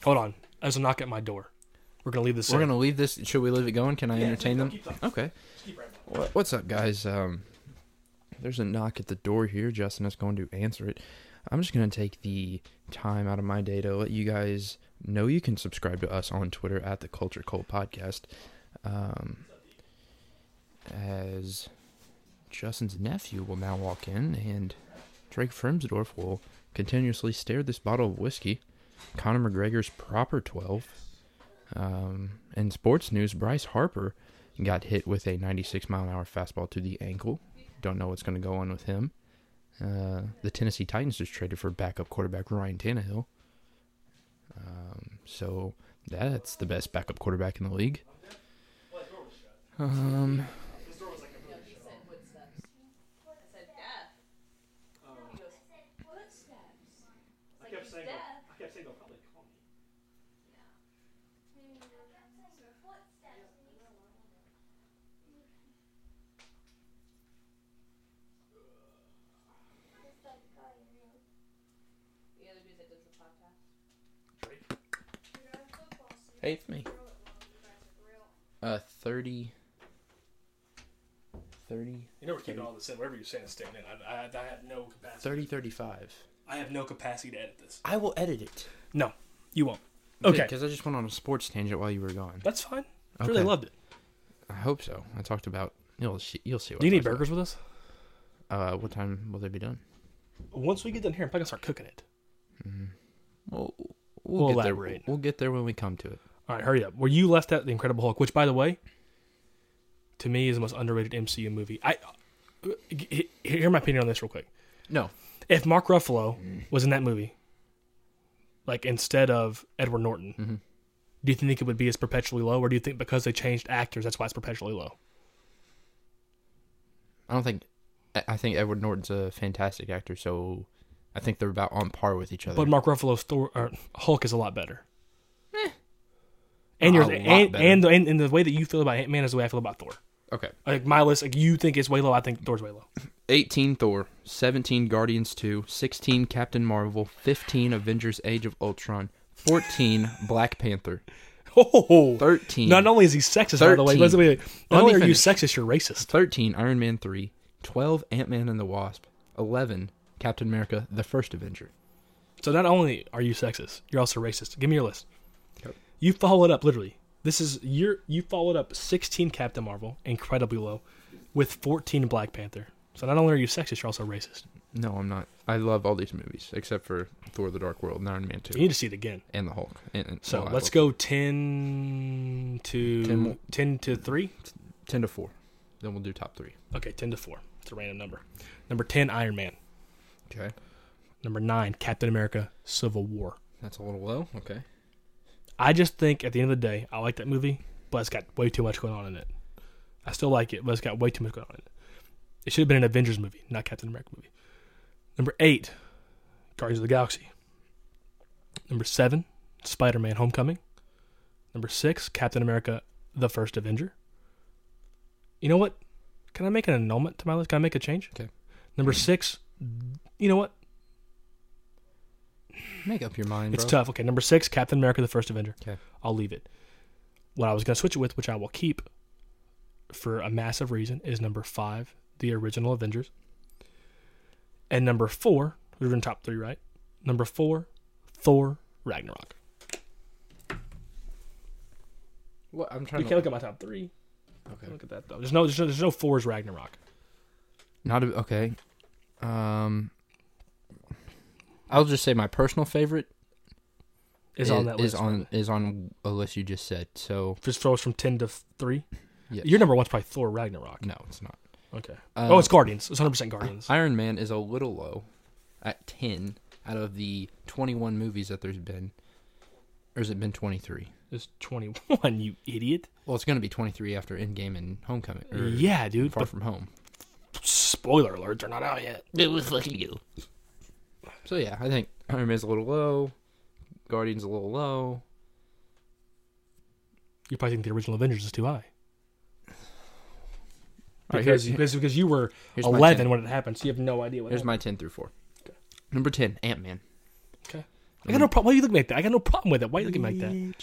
Hold on. There's a knock at my door. We're gonna leave this. We're in. going to leave this. Should we leave it going? Can I entertain them? Okay. Wha- What's up, guys? Um, there's a knock at the door here. Justin is going to answer it. I'm just going to take the time out of my day to let you guys know you can subscribe to us on Twitter at the Culture Cult Podcast. Um, as Justin's nephew will now walk in, and Drake Fremsdorf will continuously stare at this bottle of whiskey. Conor McGregor's proper 12. Um, in sports news, Bryce Harper got hit with a 96 mile an hour fastball to the ankle. Don't know what's going to go on with him. Uh, the Tennessee Titans just traded for backup quarterback Ryan Tannehill. Um, so that's the best backup quarterback in the league. Um, hey, it's me. Uh, 30. 30. You know we're keeping all this in. Whatever you're saying is staying in. I, I, I have no capacity. 30 35. I have no capacity to edit this. I will edit it. No, you won't. Okay, Because I just went on a sports tangent while you were gone. that's fine. I really Okay. loved it. I hope so. I talked about. You'll see. You'll see what Do you I need talked burgers with us? about. Uh, what time will they be done? Once we get done here, I'm probably gonna start cooking it. Well, We'll we'll, get there. elaborate. We'll get there when we come to it. All right, hurry up. Where you left at the Incredible Hulk, which by the way, to me is the most underrated MCU movie. I he- he- hear my opinion on this real quick. No, If Mark Ruffalo was in that movie, like instead of Edward Norton, Mm-hmm. do you think it would be as perpetually low, or do you think because they changed actors, that's why it's perpetually low? I don't think. I- I think Edward Norton's a fantastic actor, so I think they're about on par with each other. But Mark Ruffalo's Thor, or Hulk is a lot better. And A your Eh. lot and, better. and, the, and and the way that you feel about Ant Man is the way I feel about Thor. okay, Like my list, like you think it's way low, I think Thor's way low. eighteen Thor, seventeen Guardians two, sixteen Captain Marvel, fifteen Avengers: Age of Ultron, fourteen Black Panther, Oh, thirteen. Not only is he sexist, by the way, but 13. wait, wait, not Let me only are you finish. sexist, you're racist. 13 Iron Man 3, 12 Ant Man and the Wasp, 11 Captain America the First Avenger. So not only are you sexist, you're also racist. Give me your list. Okay. You followed up literally. This is your you followed up 16 Captain Marvel, incredibly low, with 14 Black Panther. So not only are you sexist, you're also racist. No, I'm not. I love all these movies except for Thor the Dark World and Iron Man You need 2 to see it again. and the Hulk. And, and- So well, I let's love- go 10 to 10, Ten- to 3. 10 to 4. Then we'll do top 3. Okay, 10 to 4. It's a random number. Number 10 Iron Man. Okay. Number 9 Captain America Civil War. That's a little low. Okay. I just think at the end of the day, I like that movie, but it's got way too much going on in it. I still like it, but it's got way too much going on in it. It should have been an Avengers movie, not Captain America movie. Number eight, Guardians of the Galaxy. Number seven, Spider Man Homecoming. Number six, Captain America The First Avenger. You know what? Can I make an annulment to my list? Can I make a change? Okay. Number six, you know what? Make up your mind. It's bro. tough. Okay, number six, Captain America: The First Avenger. Okay. I'll leave it. What I was going to switch it with, which I will keep for a massive reason, is number five, the original Avengers, and number four. We're doing top three, right? Number four, Thor Ragnarok. What? I'm You trying can't to. look at my top three. Okay. Look at that though. There's no, there's no, there's no fours Ragnarok. Not a, okay. Um, I'll just say my personal favorite Is on that is list. on is on a list you just said. So Just throws from ten to three. Yes. Mm. Uh, Your number one's probably Thor Ragnarok. no, it's not. Okay. oh, it's Guardians. It's 100 percent Guardians. Iron Man is a little low. at 10 out of the 21 movies that there's been. Or has it been 23? It's 21, you idiot. Well, it's going to be 23 after Endgame and Homecoming. or Yeah, dude, Far but- From Home. Spoiler alert, they're not out yet. It was fucking you. So, yeah, I think Iron Man's a little low. Guardian's a little low. You probably think the original Avengers is too high. All right, Because, here's- because, because you were here's my 11 ten. when it happened, so you have no idea what Here's happened. my 10 through 4. Number 10, Ant Man. Okay. I got no problem. Why are you looking like that? I got no problem with it. Why are you looking like that?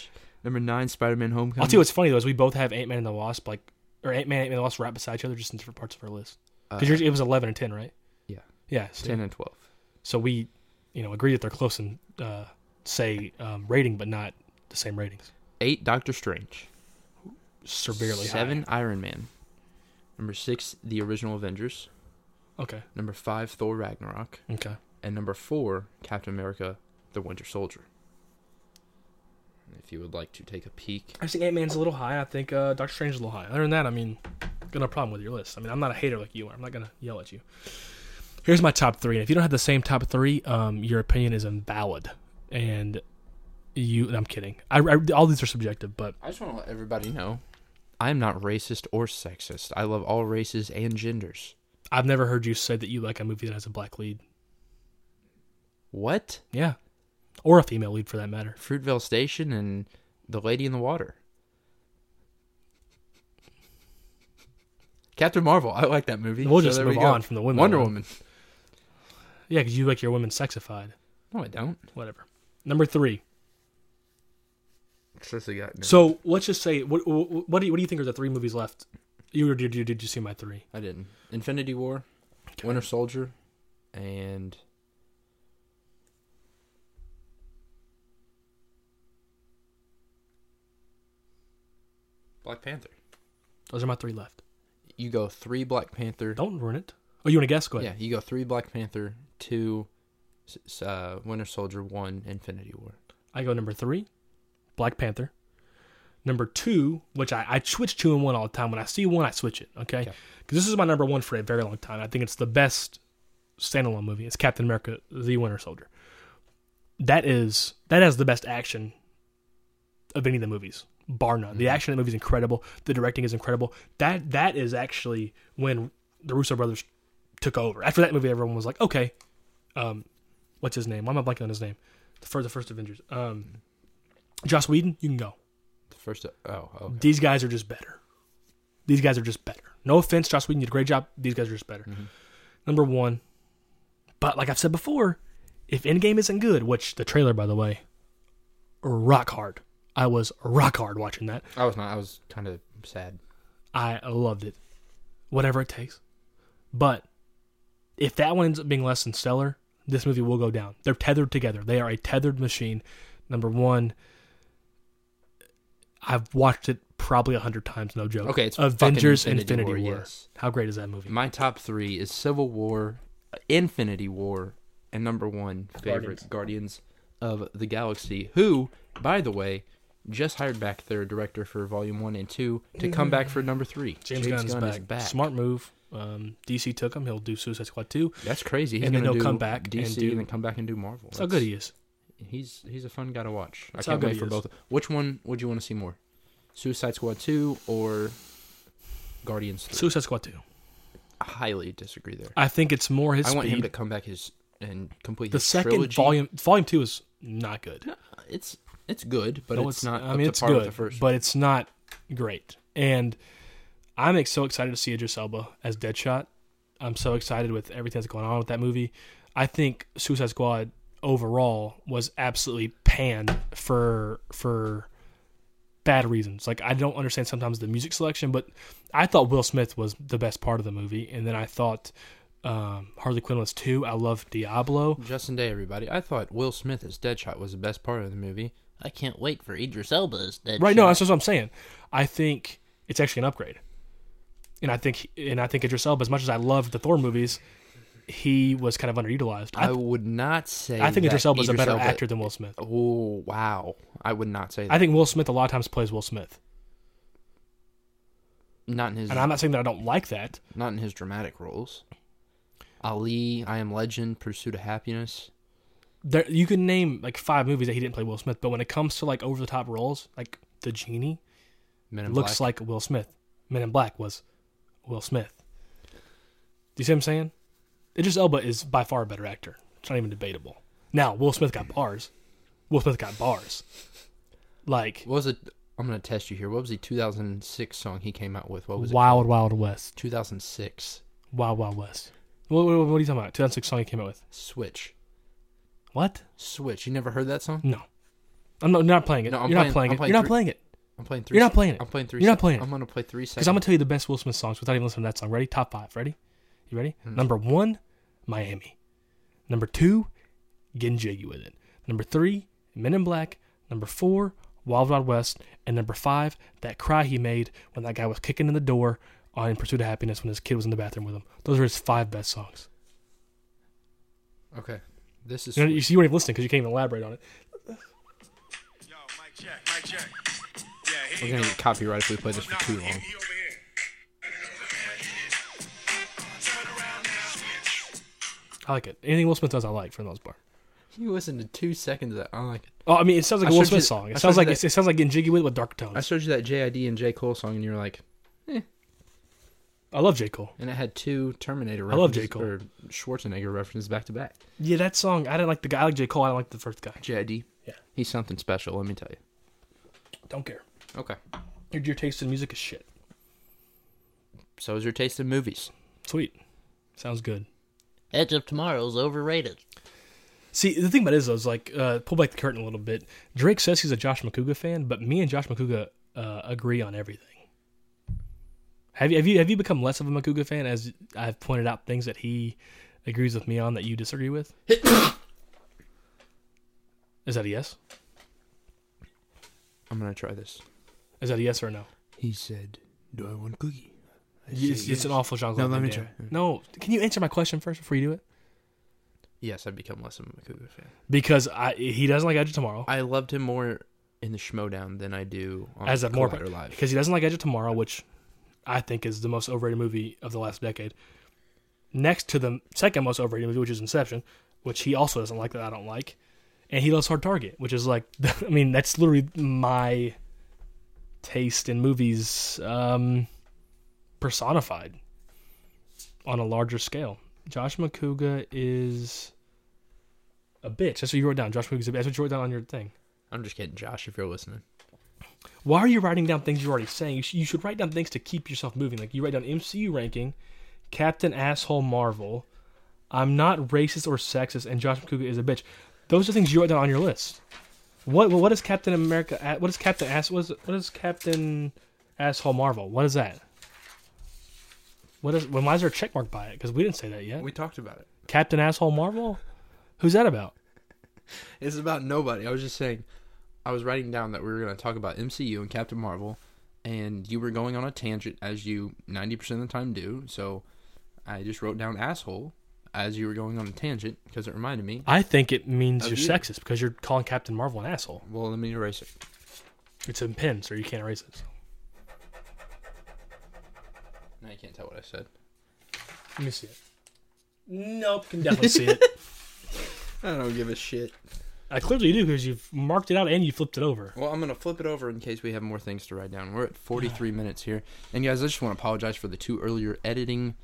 Number 9, Spider Man Homecoming. I'll tell you what's funny, though, is we both have Ant Man and the Wasp, like, or Ant Man and the Wasp right beside each other, just in different parts of our list. Uh, Because yours it was 11 and 10, right? Yeah. Yeah. see? 10 and 12. So we, you know, agree that they're close in, uh, say, um, rating, but not the same ratings. 8, Doctor Strange. Severely Seven, Iron Man. Number six, The Original Avengers. high. Okay. Number five, Thor Ragnarok. Okay. And number four, Captain America, The Winter Soldier. If you would like to take a peek, I think Ant Man's a little high. I think uh, Doctor Strange is a little high. Other than that, I mean, got no problem with your list. I mean, I'm not a hater like you are. I'm not gonna yell at you. Here's my top three. And if you don't have the same top three, um, your opinion is invalid. And you, and I'm kidding. I, I all these are subjective, but I just want to let everybody know I am not racist or sexist. I love all races and genders. I've never heard you say that you like a movie that has a black lead. What? Yeah, or a female lead for that matter. Fruitvale Station and The Lady in the Water. Captain Marvel. I like that movie. We'll just there we move go. on from the women Wonder one. Woman. Yeah, because you like your women sexified. No, I don't. Whatever. Number three. got So let's just say, what what, what do you what do you think are the three movies left? You did you did you see my three? I didn't. Infinity War, Winter Soldier, and Black Panther. Those are my three left. You go three Black Panther. Don't ruin it. Oh, you want to guess? Go yeah, ahead. you go three Black Panther, two s- s- uh, Winter Soldier, one Infinity War. I go number three, Black Panther. Number two, which I, I switch two and one all the time. When I see one, I switch it. Okay, because this is my number one for a very long time. I think it's the best standalone movie. It's Captain America: The Winter Soldier. That is that has the best action of any of the movies, bar none. The action in the movie is incredible. The directing is incredible. That that is actually when the Russo brothers took over. After that movie, everyone was like, okay, um, what's his name? Why am I blanking on his name? The first, the first Avengers. Um, Joss Whedon, you can go. The first. Oh, okay. These guys are just better. These guys are just better. No offense, Joss Whedon, you did a great job. These guys are just better. Number one. But like I've said before, if Endgame isn't good, which the trailer, by the way, rock hard. I was rock hard watching that. I was not. I was kind of sad. I loved it. Whatever it takes. But if that one ends up being less than stellar, this movie will go down. They're tethered together. They are a tethered machine. Number one, I've watched it probably a hundred times, no joke. Okay, it's fucking Avengers Infinity Infinity, War, War. yes. How great is that movie? My top three is Civil War, Infinity War, and number one favorite Guardians. of the Galaxy, who, by the way, just hired back their director for Volume One and Two to come back for number three. James, Gunn's back. is back. Smart move. Um, DC took him. He'll do Suicide Squad 2. That's crazy. He's and then gonna he'll do come back and DC and, do- then come back and do Marvel. That's how good he is. He's he's a fun guy to watch. That's I how can't good wait he for is. both. Which one would you want to see more? Suicide Squad Two or Guardians Three? Suicide Squad 2. I highly disagree there. I think it's more his I want speed. him to come back his and complete the his second trilogy. volume, volume 2 is not good. It's it's good, but No, it's, not. I mean, it's part good, With the first. but it's not great. And I'm ex- so excited to see Idris Elba as Deadshot. I'm so excited with everything that's going on with that movie. I think Suicide Squad overall was absolutely panned for for bad reasons. Like I don't understand sometimes the music selection, but I thought Will Smith was the best part of the movie, and then I thought um, Harley Quinn was too. I love Diablo. Justin Day, everybody. I thought Will Smith as Deadshot was the best part of the movie. I can't wait for Idris Elba as Deadshot. Right. No, that's just what I'm saying. I think it's actually an upgrade, and I think and I think Idris Elba, as much as I loved the Thor movies, he was kind of underutilized. I I, would not say. I think that Idris Elba is a better Elba- actor than Will Smith. Oh wow! I would not say that. I think Will Smith a lot of times plays Will Smith, not in his and I'm not saying that I don't like that. not in his dramatic roles. Ali, I Am Legend, Pursuit of Happiness. There, you can name like five movies that he didn't play Will Smith, but when it comes to like over the top roles, like The Genie, Men in looks Black. like Will Smith. Men in Black was Will Smith. Do you see what I'm saying? Idris Elba is by far a better actor. It's not even debatable. Now Will Smith got bars. Will Smith got bars. Like what was it? I'm gonna test you here. What was the 2006 song he came out with? What was it? Wild Wild West. 2006 Wild Wild West. What, what, what are you talking about? 2006 song he came out with. Switch. What? Switch. You never heard that song? No. I'm not, not playing it. No, I'm You're playing- not playing I'm it. playing You're not three- playing it. I'm playing three. You're not sec- playing it. I'm playing three. You're sec- not playing it. I'm gonna play three Because seconds. I'm gonna tell you the best Will Smith songs without even listening to that song. Ready? Top five. Ready? You ready? Hmm. Number one, Miami. Number two, Getting Jiggy with It. Number three, Men in Black. Number four, Wild Wild West. And number five, that cry he made when that guy was kicking in the door on In Pursuit of Happiness when his kid was in the bathroom with him. Those are his five best songs. Okay. This is You, know, you see, you weren't even listening because you can't even elaborate on it. We're gonna get copyright if we play this for too long. I like it. Anything Will Smith does, I like for the most part. You listen to two seconds of that. I like it. Oh, I mean, it sounds like I a Will showed you Smith that- song. I It showed sounds you like that- it, sounds like Getting Jiggy with It with dark I tones. showed you that JID and J Cole song, and you were like, I love J Cole. and it had two Terminator. I References, love J. Cole. or Schwarzenegger references back to back. Yeah, that song. I didn't like the guy. I like J. Cole. I didn't like the first guy. JID. Yeah. He's something special. Let me tell you. Don't care. Okay. Your, your taste in music is shit. So is your taste in movies? Sweet. Sounds good. Edge of Tomorrow's overrated. See, the thing about it is, though, is like, uh, pull back the curtain a little bit. Drake says he's a Josh McCouga fan, but me and Josh McCouga uh, agree on everything. Have you, have you have you become less of a McCouga fan as I've pointed out things that he agrees with me on that you disagree with? is that a yes? I'm gonna try this. Is that a yes or a no? He said, "Do I want cookie?" It's, it's an awful Jean Claude. No, let me Van Damme. try. No, can you answer my question first before you do it? Yes, I've become less of a McCougar fan. Because I he doesn't like Edge of Tomorrow. I loved him more in the Schmodown than I do on as a more Collider Live. because he doesn't like Edge of Tomorrow, which I think is the most overrated movie of the last decade. Next to the second most overrated movie, which is Inception, which he also doesn't like that I don't like, and he loves Hard Target, which is like I mean that's literally my taste in movies um, personified on a larger scale. Josh McCouga is a bitch. That's what you wrote down. Josh McCouga's a bitch. That's what you wrote down on your thing. I'm just kidding, Josh. If you're listening, Why are you writing down things you're already saying? You, sh- you should write down things to keep yourself moving. Like you write down MCU ranking, Captain Asshole Marvel, I'm not racist or sexist, and Josh McCouga is a bitch. Those are things you wrote down on your list. What what is Captain America? a- What is Captain Ass? What is, what is Captain Asshole Marvel? What is that? What is? Well, why is there a check mark by it? Because we didn't say that yet. we talked about it. Captain Asshole Marvel. Who's that about? It's about nobody. I was just saying, I was writing down that we were going to talk about MCU and Captain Marvel, and you were going on a tangent as you 90% of the time do. So I just wrote down asshole as you were going on a tangent because it reminded me. I think it means Of you're you. sexist because you're calling Captain Marvel an asshole. Well, let me erase it. It's in pen, so you can't erase it. Now you can't tell what I said. Let me see it. Nope, can definitely see it. I don't give a shit. I clearly do because you've marked it out and you flipped it over. Well, I'm going to flip it over in case we have more things to write down. We're at 43 minutes here. And guys, I just want to apologize for the two earlier editing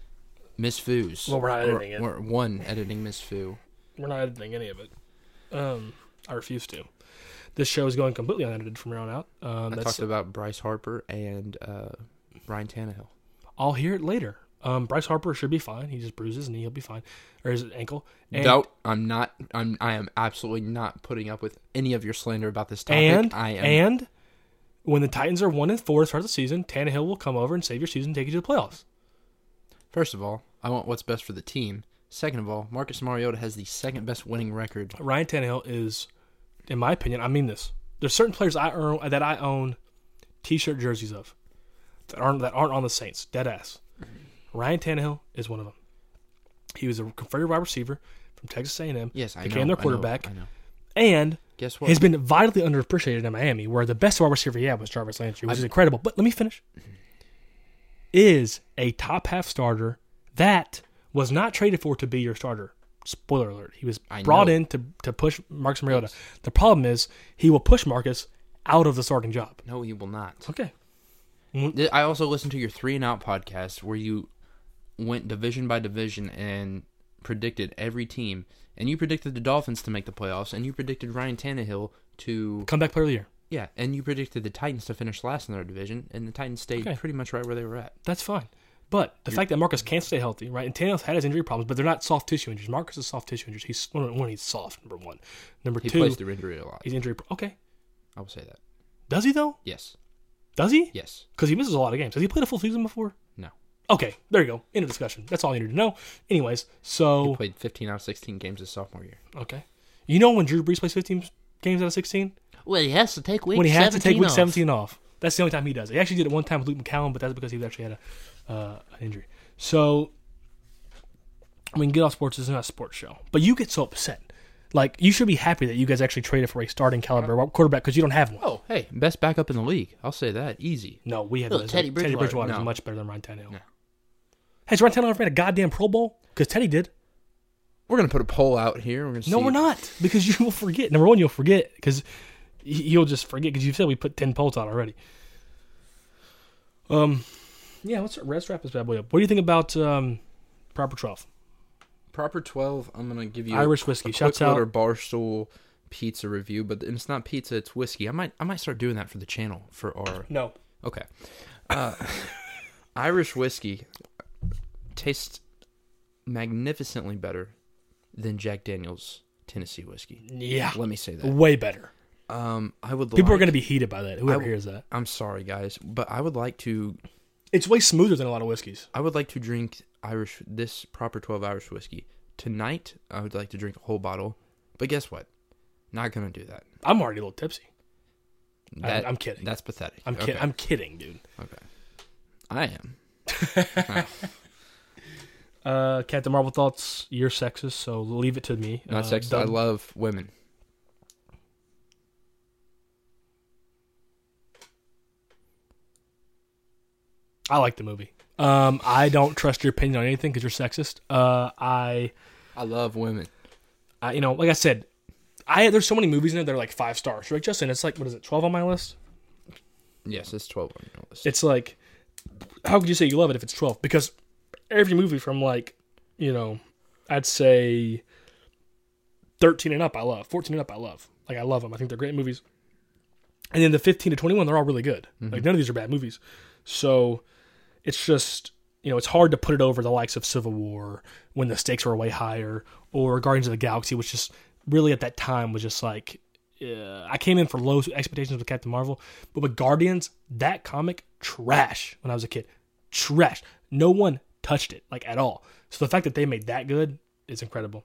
misfoos. Well, we're not Or- editing it. Or one editing misfoo. We're not editing any of it. Um, I refuse to. This show is going completely unedited from here on out. Um, I that's talked about Bryce Harper and uh, Ryan Tannehill. I'll hear it later. Um, Bryce Harper should be fine. He just bruised his knee. He'll be fine, or his ankle. And, no, I'm not. I'm. I am absolutely not putting up with any of your slander about this topic. And I am. and when the Titans are one and four to start the season, Tannehill will come over and save your season, and take you to the playoffs. First of all, I want what's best for the team. Second of all, Marcus Mariota has the second best winning record. Ryan Tannehill is, in my opinion, I mean this. There's certain players I earn that I own T-shirt jerseys of that aren't that aren't on the Saints. Dead ass. Mm-hmm. Ryan Tannehill is one of them. He was a converted wide receiver from Texas A&M. Yes, I became know, their quarterback, I know. I know. and Guess what? has been vitally underappreciated in Miami, where the best wide receiver he had was Jarvis Landry, which is incredible. But let me finish. Is a top half starter that was not traded for to be your starter. Spoiler alert. He was brought in to, to push Marcus Mariota. The problem is he will push Marcus out of the starting job. No, he will not. Okay. I also listened to your three and out podcast where you went division by division and predicted every team. And you predicted the Dolphins to make the playoffs, and you predicted Ryan Tannehill to Comeback player of the year. Yeah, and you predicted the Titans to finish last in their division, and the Titans stayed Okay. pretty much right where they were at. That's fine. But the fact that Marcus can't stay healthy, right? And Tannehill's had his injury problems, but they're not soft tissue injuries. Marcus is soft tissue injuries. He's well, number one, he's soft. Number one, number He two, plays through injury a lot. he's injury. pro- Okay, I will say that. does he though? Yes. Does he? Yes. Because he misses a lot of games. Has he played a full season before? No. Okay, there you go. End of discussion. That's all I needed to know. Anyways, so He played 15 out of 16 games his sophomore year. okay, you know when Drew Brees plays 15 games out of 16? Well, he has to take week when he has to take week 17 off. That's the only time he does it. He actually did it one time with Luke McCallum, but that's because he actually had a uh, an injury. So, I mean, get off sports. This is not a sports show. But you get so upset. Like, you should be happy that you guys actually traded for a starting caliber quarterback because you don't have one. Oh, hey, best backup in the league. I'll say that. Easy. No, we have Look, those. Teddy Bridgewater. is No. much better than Ryan Tannehill. No. Has Ryan Tannehill ever made a goddamn Pro Bowl? Because Teddy did. We're going to put a poll out here. We're gonna No, see- we're not because you will forget. Number one, you'll forget because you'll just forget because you've said we put ten polls out already. Um, yeah, let's let's wrap this bad boy up. What do you think about um, proper twelve? Proper 12, I'm going to give you Irish a, whiskey. A Shouts quick out. little Barstool pizza review, but it's not pizza, it's whiskey. I might I might start doing that for the channel for our No, Okay. Uh, Irish whiskey tastes magnificently better than Jack Daniel's Tennessee whiskey. yeah, Let me say that. way better. Um, I would. People like, are going to be heated by that. Whoever I- hears that, I'm sorry, guys, but I would like to. it's way smoother than a lot of whiskeys. I would like to drink Irish this proper twelve Irish whiskey tonight. I would like to drink a whole bottle, but guess what? Not gonna do that. I'm already a little tipsy. I- that I'm kidding. That's pathetic. I'm okay. kidding. I'm kidding, dude. okay. I am. Uh, Captain Marvel thoughts. You're sexist, so leave it to me. Not uh, sexist. I Doug- love women. I like the movie. Um, I don't trust your opinion on anything because you're sexist. Uh, I, I love women. I, you know, like I said, I there's so many movies in there that are like five stars. Right, Justin? It's like what is it, twelve on my list? Yes, it's twelve on your list. It's like, how could you say you love it if it's twelve? Because every movie from like, you know, I'd say thirteen and up, I love. Fourteen and up, I love. Like I love them. I think they're great movies. And then the fifteen to twenty one, they're all really good. Like none of these are bad movies. So it's just you know it's hard to put it over the likes of Civil War when the stakes were way higher, or Guardians of the Galaxy, which just really at that time was just like uh, I came in for low expectations with Captain Marvel, but with Guardians, that comic trash when I was a kid, trash. No one touched it like at all. So the fact that they made that good is incredible.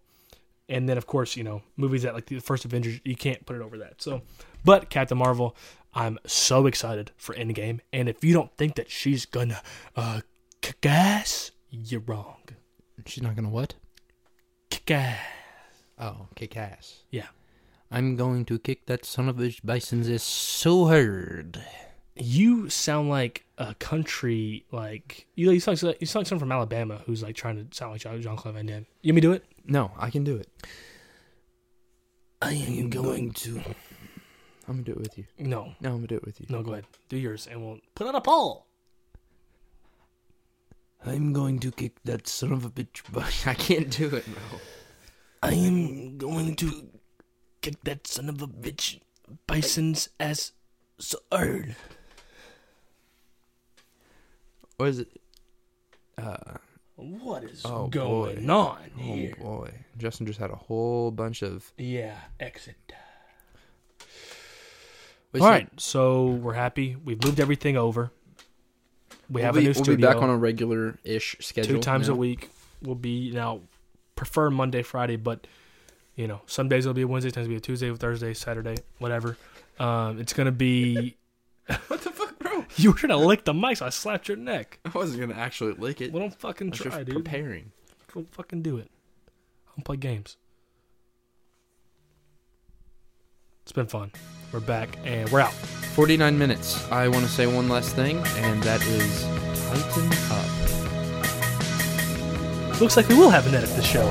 And then of course you know movies that like the first Avengers, you can't put it over that. So, but Captain Marvel. I'm so excited for Endgame, and if you don't think that she's gonna uh, kick ass, you're wrong. She's not gonna what? Kick ass. Oh, kick ass. Yeah. I'm going to kick that son of a bison's ass so hard. You sound like a country like you. You sound like you sound like someone from Alabama who's like trying to sound like John Claude Van Damme. You want me to do it? No, I can do it. I am going to. I'm gonna do it with you. No, No, I'm gonna do it with you. no. Go ahead. Do yours, and we'll put out a poll. I'm going to kick that son of a bitch. But I can't do it, bro. I am going to kick that son of a bitch bison's ass so hard. Or is it? What is Oh, going boy. on Oh here? boy, Justin just had a whole bunch of. Yeah, exit. Wait, All so- right, so we're happy. We've moved everything over. We We'll have be, a new we'll studio. be back on a regular ish schedule. two times now. a week. We'll be now prefer Monday, Friday, but you know some days it'll be a Wednesday, times it'll be a Tuesday, Thursday, Saturday, whatever. Um, it's gonna be. What the fuck, bro? you were gonna lick the mic, so I slapped your neck. I wasn't gonna actually lick it. Well, don't fucking I was try, just dude. preparing. Don't fucking do it. I don't play games. It's been fun. We're back and we're out. 49 minutes. I want to say one last thing, and that is tighten up. Looks like we will have a net at this show.